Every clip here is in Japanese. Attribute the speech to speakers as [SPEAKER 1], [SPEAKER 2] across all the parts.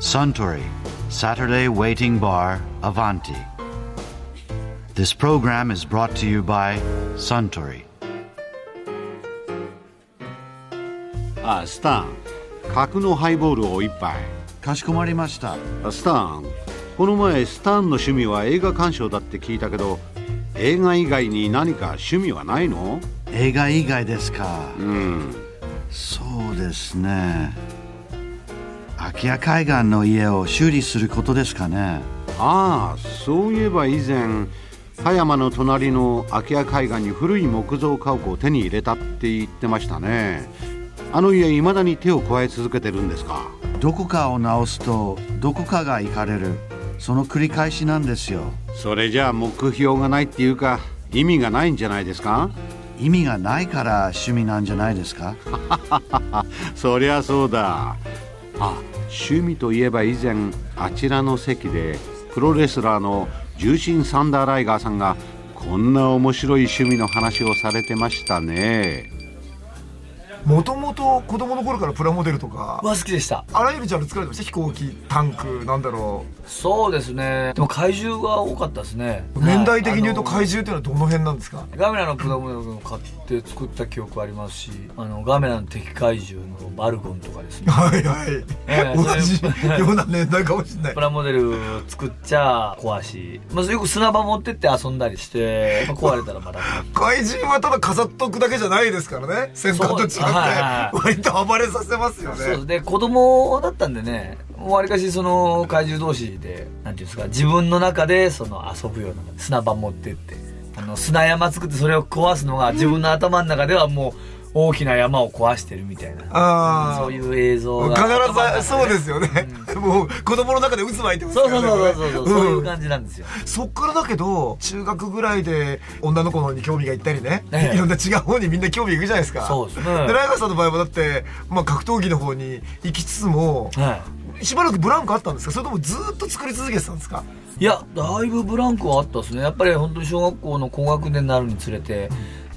[SPEAKER 1] Suntory Saturday Waiting Bar Avanti. This program is brought to you by Suntory.
[SPEAKER 2] あスタン角のハイボールを一杯
[SPEAKER 1] かしこまりました。
[SPEAKER 2] あスタンこの前スタンの趣味は映画鑑賞だって聞いたけど映画以外に何か趣味はないの
[SPEAKER 1] 映画以外ですか、
[SPEAKER 2] ん
[SPEAKER 1] そうですね空き家海岸の家を修理することですかね
[SPEAKER 2] ああそういえば以前葉山の隣の空き家海岸に古い木造家屋を手に入れたって言ってましたねあの家いまだに手を加え続けてるんですか
[SPEAKER 1] どこかを直すとどこかが行かれるその繰り返しなんですよ
[SPEAKER 2] それじゃあ目標がないっていうか意味がないんじゃないですか
[SPEAKER 1] 意味がないから趣味なんじゃないですか
[SPEAKER 2] そりゃそうだあ趣味といえば以前あちらの席でプロレスラーの重心サンダーライガーさんがこんな面白い趣味の話をされてましたね
[SPEAKER 3] もともと子供の頃からプラモデルとか
[SPEAKER 4] は好きでした
[SPEAKER 3] あらゆるジャンル作られてました飛行機タンクなんだろ
[SPEAKER 4] そうですねでも怪獣が多かったですね
[SPEAKER 3] う年代的に言うと
[SPEAKER 4] はい
[SPEAKER 3] 怪獣っていうのはどの辺なんです か
[SPEAKER 4] あのガメラのプラモデルを買って作った記憶ありますしあのガメラの敵怪獣のバルゴンとかです ね
[SPEAKER 3] はいはい、
[SPEAKER 4] ええ
[SPEAKER 3] 同じ
[SPEAKER 4] それ
[SPEAKER 3] ような年代かもしれない
[SPEAKER 4] プラモデルを作っちゃ壊し、まあ、よく砂場持ってって遊んだりして、まあ、壊れたらまた
[SPEAKER 3] 怪人はただ飾っとくだけじゃないですからね戦艦と違って
[SPEAKER 4] そうはいはい
[SPEAKER 3] 割と暴れさせますよ
[SPEAKER 4] そうです
[SPEAKER 3] ね
[SPEAKER 4] で子供だったんでねわりかしその怪獣同士でなんていうんですか自分の中でその遊ぶような砂場持ってってあの砂山作ってそれを壊すのが自分の頭の中ではもう大きな山を壊してるみたいな
[SPEAKER 3] ああ
[SPEAKER 4] そういう映像が
[SPEAKER 3] 必ずそうですすよね、 もう子供の中で渦巻いてますか
[SPEAKER 4] そう
[SPEAKER 3] ら
[SPEAKER 4] そ
[SPEAKER 3] ね
[SPEAKER 4] うそうそうそう、そうい
[SPEAKER 3] こ
[SPEAKER 4] う
[SPEAKER 3] れん
[SPEAKER 4] 感じなんですよ
[SPEAKER 3] そっからだけど中学ぐらいで女の子の方に興味がいったりね、
[SPEAKER 4] ええ
[SPEAKER 3] いろんな違う方にみんな興味いくじゃないですか
[SPEAKER 4] そうですね
[SPEAKER 3] でライガーさんの場合はだって、まあ、格闘技の方に行きつつも
[SPEAKER 4] は
[SPEAKER 3] しばらくブランクあったんですかそれともずーっと作り続けてたんですか
[SPEAKER 4] いいやだいぶブランクはあったですねやっぱり本当に小学校の高学年になるにつれて、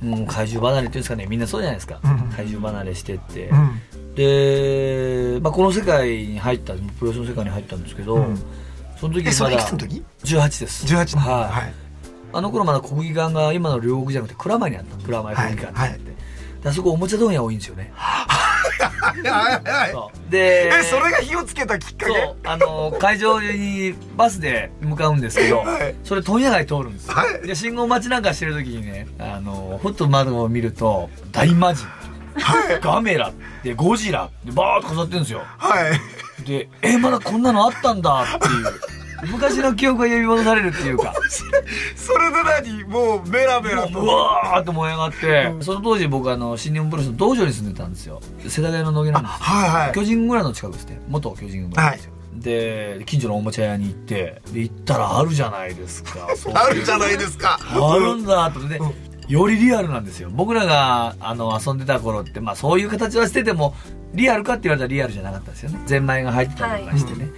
[SPEAKER 4] うん、怪獣離れっていうんですかねみんなそうじゃないですか、
[SPEAKER 3] うん
[SPEAKER 4] 怪獣離れしてって、
[SPEAKER 3] うん
[SPEAKER 4] で、まあ、この世界に入ったプロレスの世界に入ったんですけど、
[SPEAKER 3] うん
[SPEAKER 4] その時
[SPEAKER 3] えそ
[SPEAKER 4] ま
[SPEAKER 3] れい
[SPEAKER 4] だ
[SPEAKER 3] くつの時
[SPEAKER 4] 18です
[SPEAKER 3] 18の時
[SPEAKER 4] はい、
[SPEAKER 3] はい
[SPEAKER 4] あの頃まだ国技館が今の両国じゃなくて蔵前にあった蔵前国技館ってあって、
[SPEAKER 3] はいは
[SPEAKER 4] であそこおもちゃ問屋多いんですよね、
[SPEAKER 3] はいはいはい
[SPEAKER 4] そうで
[SPEAKER 3] えそれが火をつけたきっかけ
[SPEAKER 4] そうあの会場にバスで向かうんですけど、
[SPEAKER 3] はい
[SPEAKER 4] それ問屋街通るんですよ、
[SPEAKER 3] はい
[SPEAKER 4] で信号待ちなんかしてる時にねあのふっと窓を見ると大魔人、ガメラでゴジラでバーッと飾ってるんですよ
[SPEAKER 3] はい
[SPEAKER 4] でえまだこんなのあったんだ っていう昔の記憶が呼び戻されるっていうか
[SPEAKER 3] それで何もうメラメラ
[SPEAKER 4] もうう
[SPEAKER 3] と
[SPEAKER 4] わーって燃え上がってその当時僕あの新日本プロレスの道場に住んでたんですよ世田谷の野毛なんです
[SPEAKER 3] はいはい
[SPEAKER 4] 巨人村の近くですね元巨人村ですよ、で近所のおもちゃ屋に行ってで行ったらあるじゃないで すかそう
[SPEAKER 3] あるじゃないですか
[SPEAKER 4] あるんだとね、よりリアルなんですよ僕らがあの遊んでた頃って、まあ、そういう形はしててもリアルかって言われたらリアルじゃなかったですよねゼンマイが入ってたりとかしてね、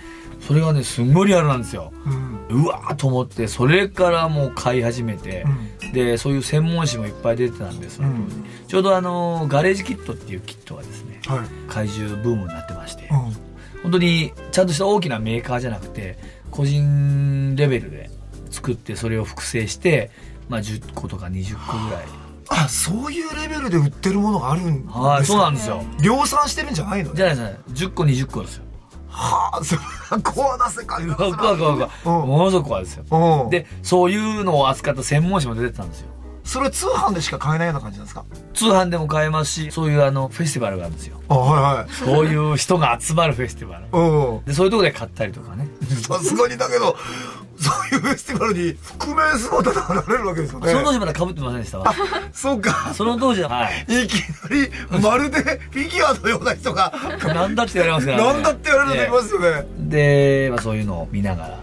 [SPEAKER 4] それがねすんごいリアルなんですよ
[SPEAKER 3] うん
[SPEAKER 4] うわーと思ってそれからもう買い始めて、でそういう専門誌もいっぱい出てたんです、
[SPEAKER 3] うん
[SPEAKER 4] ちょうどあのガレージキットっていうキットがですね
[SPEAKER 3] はい
[SPEAKER 4] 怪獣ブームになってまして、
[SPEAKER 3] うん
[SPEAKER 4] 本当にちゃんとした大きなメーカーじゃなくて個人レベルで作ってそれを複製して、まあ、10個とか20個ぐらい
[SPEAKER 3] あそういうレベルで売ってるものがあるんですか
[SPEAKER 4] はいそうなんですよ
[SPEAKER 3] 量産してるんじゃないの
[SPEAKER 4] じゃないじゃない10個20個ですよ
[SPEAKER 3] はあそれは怖な世界
[SPEAKER 4] う
[SPEAKER 3] だ
[SPEAKER 4] わ怖い怖い怖い怖いものすごく怖いですよ
[SPEAKER 3] うんうん
[SPEAKER 4] でそういうのを扱った専門誌も出てたんですよ
[SPEAKER 3] それは通販でしか買えないような感じなんですか
[SPEAKER 4] 通販でも買えますしそういうあのフェスティバルがあるんです よ
[SPEAKER 3] あはいはい
[SPEAKER 4] そういう人が集まるフェスティバル
[SPEAKER 3] うん
[SPEAKER 4] でそういうとこで買ったりとかね
[SPEAKER 3] さすがにだけどそういうフェスティバルに覆面姿で現れるわけですよね
[SPEAKER 4] その当時まだ被ってませんでしたわ
[SPEAKER 3] そうか
[SPEAKER 4] その当時は、はい、
[SPEAKER 3] いきなりまるでフィギュアのような人 が
[SPEAKER 4] なんだって言われますから、ね、
[SPEAKER 3] なんだって言われると言いますよね
[SPEAKER 4] で、まあ、そういうのを見ながら、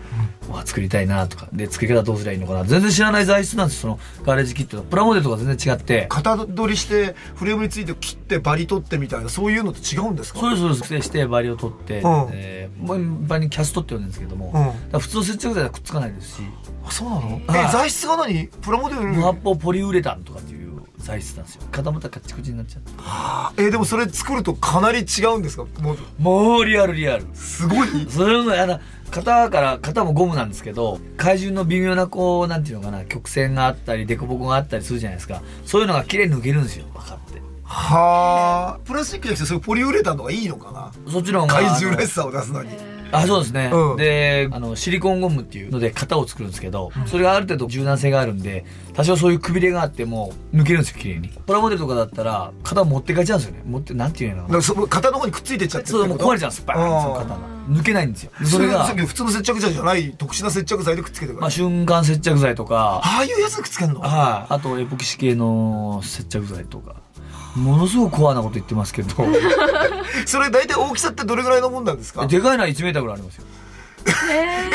[SPEAKER 4] うわ作りたいなとかで作り方どうすりゃいいのかな全然知らない材質なんですそのガレージキットのプラモデルとか全然違って
[SPEAKER 3] 型取りしてフレームについて切ってバリ取ってみたいなそういうのと違うんですか
[SPEAKER 4] そうですそうです複製してバリを取って、
[SPEAKER 3] うん
[SPEAKER 4] えーもう一般にキャストって呼んでるんですけども、
[SPEAKER 3] うん
[SPEAKER 4] だから普通の接着剤ではくっつかないですし
[SPEAKER 3] あそうなの
[SPEAKER 4] は
[SPEAKER 3] え
[SPEAKER 4] い
[SPEAKER 3] 材質が何プラモデル
[SPEAKER 4] 無発泡ポリウレタンとかっていう材質なんですよ固まったらカッチコチになっちゃう
[SPEAKER 3] えーでもそれ作るとかなり違うんですかもう
[SPEAKER 4] もうリアルリアル
[SPEAKER 3] すごい
[SPEAKER 4] それもあの型から型もゴムなんですけど怪獣の微妙なこうなんていうのかな曲線があったり凸凹があったりするじゃないですかそういうのが綺麗に抜けるんですよ分かって
[SPEAKER 3] はあプラスチックじゃなくてそういうポリウレタンの方がいいのかな
[SPEAKER 4] そっちの方が
[SPEAKER 3] 怪獣
[SPEAKER 4] あの
[SPEAKER 3] らしさを出すのに
[SPEAKER 4] あそうですね、
[SPEAKER 3] うん
[SPEAKER 4] であのシリコンゴムっていうので型を作るんですけど、それがある程度柔軟性があるんで多少そういうくびれがあっても抜けるんですよ綺麗にプラモデルとかだったら型持ってかれちゃうんですよね持ってなんていう
[SPEAKER 3] だ
[SPEAKER 4] のか
[SPEAKER 3] か
[SPEAKER 4] な
[SPEAKER 3] らその型の方にくっついてっちゃって
[SPEAKER 4] そうもう壊れち
[SPEAKER 3] ゃ
[SPEAKER 4] ゃうんですバーンその型が抜けないんですよ
[SPEAKER 3] そ
[SPEAKER 4] そ
[SPEAKER 3] れ
[SPEAKER 4] れ
[SPEAKER 3] が
[SPEAKER 4] が
[SPEAKER 3] さっき、の普通の接着剤じゃない特殊な接着剤でくっつけてくる、
[SPEAKER 4] まあ、瞬間接着剤とか
[SPEAKER 3] ああいうやつくっつけんの
[SPEAKER 4] はい、あとエポキシ系の接着剤とかものすごくコアなこと言ってますけど
[SPEAKER 3] それ大体大きさってどれぐらいのもんなんですか
[SPEAKER 4] でかいのは 1m ぐらいありますよ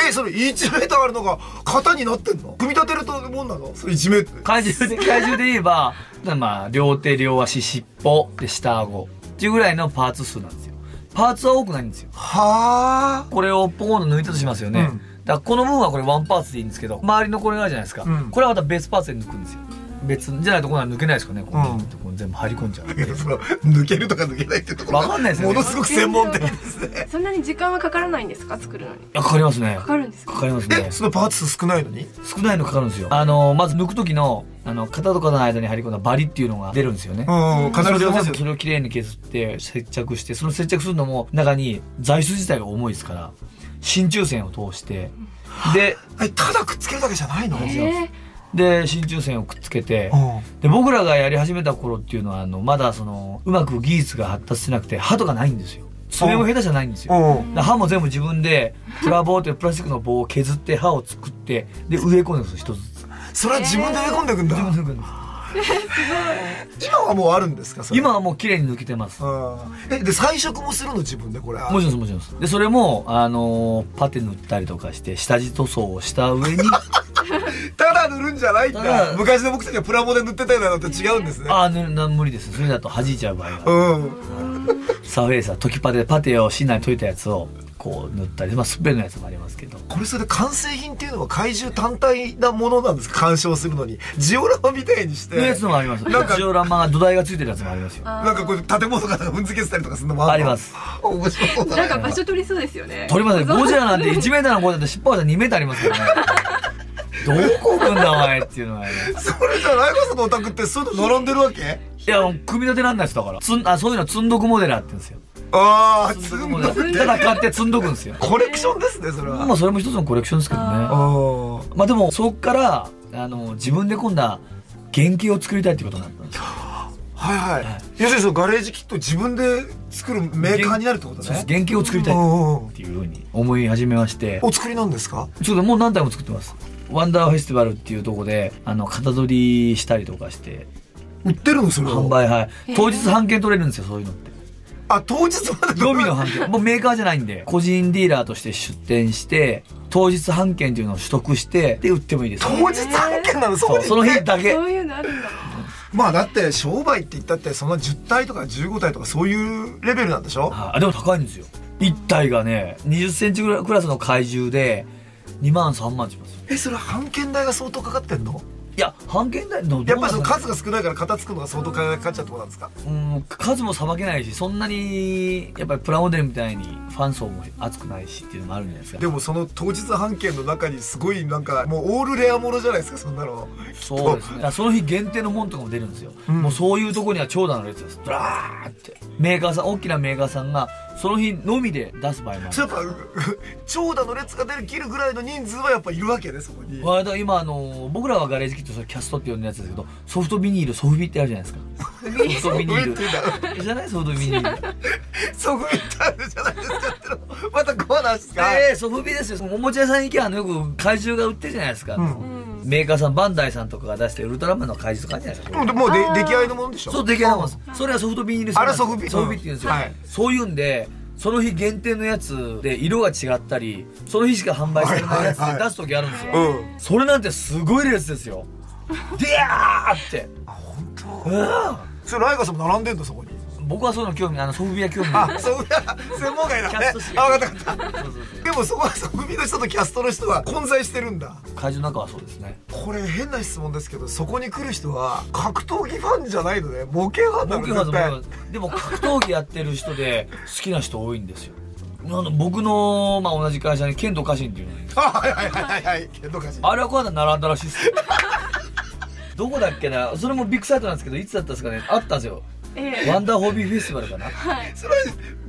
[SPEAKER 3] えそれ1メーターあるのが型になってんの組み立てるともんなのそれ1メーター
[SPEAKER 4] 怪獣で怪獣で言えば、まあ、両手両足尻尾で下顎っていうぐらいのパーツ数なんですよパーツは多くないんですよ
[SPEAKER 3] はあ
[SPEAKER 4] これをポコンと抜いたとしますよね、
[SPEAKER 3] うん
[SPEAKER 4] だからこの部分はこれワンパーツでいいんですけど周りのこれがあるじゃないですか、
[SPEAKER 3] うん
[SPEAKER 4] これはまた別パーツで抜くんですよ別じゃないとこれは抜けないですかねこう
[SPEAKER 3] うん
[SPEAKER 4] こう全部入り込んじゃう
[SPEAKER 3] だけどその抜けるとか抜けないってところが
[SPEAKER 4] わかんないですよね
[SPEAKER 3] ものすごく専門的ですね
[SPEAKER 5] そんなに時間はかからないんですか作るのに
[SPEAKER 4] いやかかりますね
[SPEAKER 5] かかるんですか
[SPEAKER 4] かかりますね
[SPEAKER 3] えそのパーツ数少ないのに
[SPEAKER 4] 少ないのかかるんですよあのまず抜く時のあの肩と肩の間に入り込んだバリっていうのが出るんですよね、
[SPEAKER 3] うん必
[SPEAKER 4] そ
[SPEAKER 3] ず
[SPEAKER 4] れ
[SPEAKER 3] 出
[SPEAKER 4] を
[SPEAKER 3] ま
[SPEAKER 4] ますず
[SPEAKER 3] よ
[SPEAKER 4] それをきれいに削って接着してその接着するのも中に材質自体が重いですから真鍮線を通してで
[SPEAKER 3] えただくっつけるだけじゃないの、
[SPEAKER 5] え
[SPEAKER 4] そう
[SPEAKER 5] ー、
[SPEAKER 4] で真鍮線をくっつけて
[SPEAKER 3] うん
[SPEAKER 4] で僕らがやり始めた頃っていうのはあのまだそのうまく技術が発達してなくて歯とかないんですよ爪も下手じゃないんですよ
[SPEAKER 3] うん
[SPEAKER 4] 歯も全部自分でプラ棒というプラスチックの棒を削って歯を作ってで植え込んでいくんです一つずつ
[SPEAKER 3] それは自分で植え込んでいくんだ、
[SPEAKER 4] 自分で植え込んでいくんです
[SPEAKER 3] 今はもうあるんですかそれ
[SPEAKER 4] 今はもう綺麗に抜けてますも
[SPEAKER 3] うんえで彩色もするの自分でこれ
[SPEAKER 4] ちろんですもちろんですでそれも、あのーパテ塗ったりとかして下地塗装をした 上に
[SPEAKER 3] ただ塗るんじゃないん
[SPEAKER 4] ただ
[SPEAKER 3] だ昔の僕たちがプラモで塗ってたようなのと違うんですね
[SPEAKER 4] ああ塗るな無理ですそれだと弾いちゃう場合が
[SPEAKER 3] うん
[SPEAKER 4] サーフェイサー時パテパテをしない溶いたやつをこう塗ったりまあスペルのやつもありますけど
[SPEAKER 3] これそれで完成品っていうのは怪獣単体なものなんですか鑑賞するのにジオラマみたいにして
[SPEAKER 4] いうやつもあります
[SPEAKER 3] なんか
[SPEAKER 4] ジオラマが土台がついてるやつもありま すよ
[SPEAKER 3] なんかこういう建物がなんか踏んづけてたりとかするのもあ
[SPEAKER 4] あ
[SPEAKER 3] る
[SPEAKER 4] り
[SPEAKER 3] の
[SPEAKER 4] ます
[SPEAKER 3] 面白そうだ
[SPEAKER 5] な
[SPEAKER 3] ね
[SPEAKER 5] んか場所取りそうですよね
[SPEAKER 4] 取りませんゴジラなんて
[SPEAKER 5] ね
[SPEAKER 4] 1メーターのゴジラって尻尾は2メーターありますからねどこ置くんだお前っていうのはね
[SPEAKER 3] それじゃライバスのお宅ってそういうの並んでるわけ
[SPEAKER 4] いやもう組み立てなんないですだからつんあそういうの積んどくモデラーって言うんですよ
[SPEAKER 3] ああ
[SPEAKER 4] 積
[SPEAKER 3] 積
[SPEAKER 4] ん
[SPEAKER 3] ん
[SPEAKER 4] どく
[SPEAKER 3] ど
[SPEAKER 4] モ
[SPEAKER 3] く
[SPEAKER 4] デラーただ買って積んどくんですよ
[SPEAKER 3] コレクションですねそれは
[SPEAKER 4] まあそれも一つのコレクションですけどね
[SPEAKER 3] あー
[SPEAKER 4] まあでもそこからあの自分で今度は原型を作りたいってことになったんですよ
[SPEAKER 3] はいはい、要するにそのガレージキットを自分で作るメーカーになるってこと
[SPEAKER 4] そうで
[SPEAKER 3] ね
[SPEAKER 4] す原型を作りたいっ
[SPEAKER 3] うんうんうん
[SPEAKER 4] ていうふうに思い始めまして
[SPEAKER 3] お作りなんですか
[SPEAKER 4] ちょっともう何体も作ってますワンダーフェスティバルっていうとこであの型取りしたりとかして
[SPEAKER 3] 売ってるのそれを
[SPEAKER 4] 販売はい当日版権取れるんですよそういうのって
[SPEAKER 3] あ当日まで
[SPEAKER 4] ロミの版 権もうメーカーじゃないんで個人ディーラーとして出店して当日版権っていうのを取得してで売ってもいいです
[SPEAKER 3] 当日案件なのそこ
[SPEAKER 4] そう
[SPEAKER 3] に
[SPEAKER 4] その日だけ
[SPEAKER 5] そういうのあるんだ
[SPEAKER 3] まあだって商売って言ったってそんな10体とか15体とかそういうレベルなんでしょ
[SPEAKER 4] はいあでも高いんですよ1体がね2 0ンチぐらいクラスの怪獣で2万3万しますよ
[SPEAKER 3] えそれ版権代が相当かかってんの
[SPEAKER 4] いや半券代の
[SPEAKER 3] やっぱりその数が少ないから片付くのが相当金がかかっちゃうってことなんですか
[SPEAKER 4] うん数もさばけないしそんなにやっぱりプラモデルみたいにファン層も厚くないしっていうのもあるんじゃないですか
[SPEAKER 3] でもその当日版権の中にすごいなんかもうオールレアものじゃないですかそんなの
[SPEAKER 4] そうですねだからその日限定のもんとかも出るんですよ、
[SPEAKER 3] ん
[SPEAKER 4] もうそういうとこには長蛇の列ですドラーってメーカーさん大きなメーカーさんがその日のみで出す場合もあ
[SPEAKER 3] そ
[SPEAKER 4] る
[SPEAKER 3] れやっぱ うう長蛇の列が出る切るぐらいの人数はやっぱいるわけねそこに
[SPEAKER 4] わだから今あの僕らはガレージキットそれキャストって呼んでるやつですけどソフトビニールソフビってあるじゃないですかソフトビニ
[SPEAKER 3] 上って言うんだ
[SPEAKER 4] ールじゃないソフトビニール
[SPEAKER 3] そこに行ったあるじゃないですかってのまたコーナーです か、
[SPEAKER 4] ええソフビですよおもちゃ屋さん行けばあのよく怪獣が売ってるじゃないですか、
[SPEAKER 5] ん
[SPEAKER 4] メーカーさんバンダイさんとかが出してるウルトラマンの怪獣とかあるじゃないですか
[SPEAKER 3] もうでもうで出来合いのものでしょ
[SPEAKER 4] そう出来上がりますそれはソフトビニール製
[SPEAKER 3] あれソフビ
[SPEAKER 4] ソフビって言うんですよ、
[SPEAKER 3] はい
[SPEAKER 4] そういうんでその日限定のやつで色が違ったりその日しか販売してないやつ
[SPEAKER 3] はいはい
[SPEAKER 4] で
[SPEAKER 3] はい
[SPEAKER 4] 出す時あるんですよ、
[SPEAKER 3] うん
[SPEAKER 4] それなんてすごい列です よでやーって
[SPEAKER 3] それライガーさんも並んでんだそこに
[SPEAKER 4] うん僕はそういうの興味あのソフビア興味ない
[SPEAKER 3] あそうい や専門外だね
[SPEAKER 4] キャストし
[SPEAKER 3] あ分かった分かっ
[SPEAKER 4] そうそうそ
[SPEAKER 3] たでもそこはそ組の人とキャストの人は混在してるんだ
[SPEAKER 4] う会場の中はそうですね
[SPEAKER 3] これ変な質問ですけどそこに来る人は格闘技ファンじゃないのね模型ファンな
[SPEAKER 4] 僕
[SPEAKER 3] の絶対
[SPEAKER 4] でも格闘技やってる人で好きな人多いんですよなんだ僕の、まあ、同じ会社に剣道家臣っていうのがいるんです
[SPEAKER 3] あはいはいはいはい剣道家臣
[SPEAKER 4] あれはこうやって並んだらしい っすよどこだっけなそれもビッグサイトなんですけどいつだったんですかねあったんですよ
[SPEAKER 5] ええ
[SPEAKER 4] ワンダーホビーフェスティバルかない
[SPEAKER 3] それ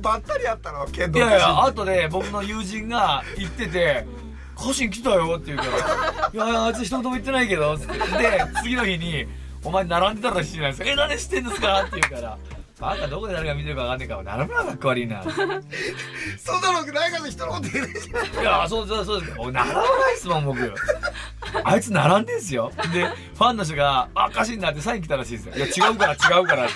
[SPEAKER 3] ばったりあったの剣道家
[SPEAKER 4] やいや
[SPEAKER 3] 臣
[SPEAKER 4] 後で僕の友人が行ってて「家臣来たよ」って言うから「いやいやあいつ一言も言ってないけど」つってで次の日に「お前並んでたらしいじゃないですかえ何してんですか?」って言うから「バカどこで誰が見てるか分かんねえから並ぶなかっこ悪いな」
[SPEAKER 3] そんなのないから人のこと言えないじゃん
[SPEAKER 4] いやそうそうそうですお並ばないっすもん僕あいつ並んでんすよでファンの人が「あ歌詞になってサイン来たらしいですよ「いや違うから違うから」って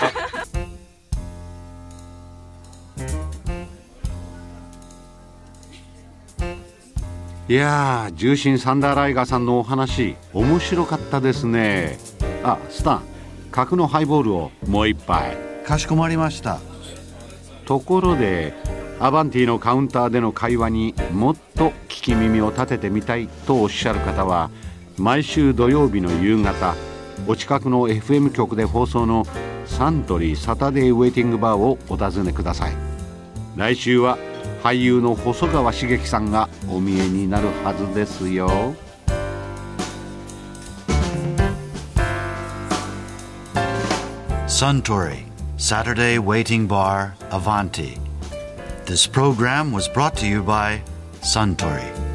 [SPEAKER 2] いやー重心サンダーライガーさんのお話面白かったですねあスタン角のハイボールをもう一杯
[SPEAKER 1] かしこまりました
[SPEAKER 2] ところでアバンティのカウンターでの会話にもっと聞き耳を立ててみたいとおっしゃる方は毎週土曜日の夕方お近くの FM 局で放送のサントリーサタデーウェイティングバーをお尋ねください来週は俳優の細川茂樹さんがお見えになるはずですよ。
[SPEAKER 1] Suntory, Saturday Waiting Bar, Avanti. This program was brought to you by Suntory.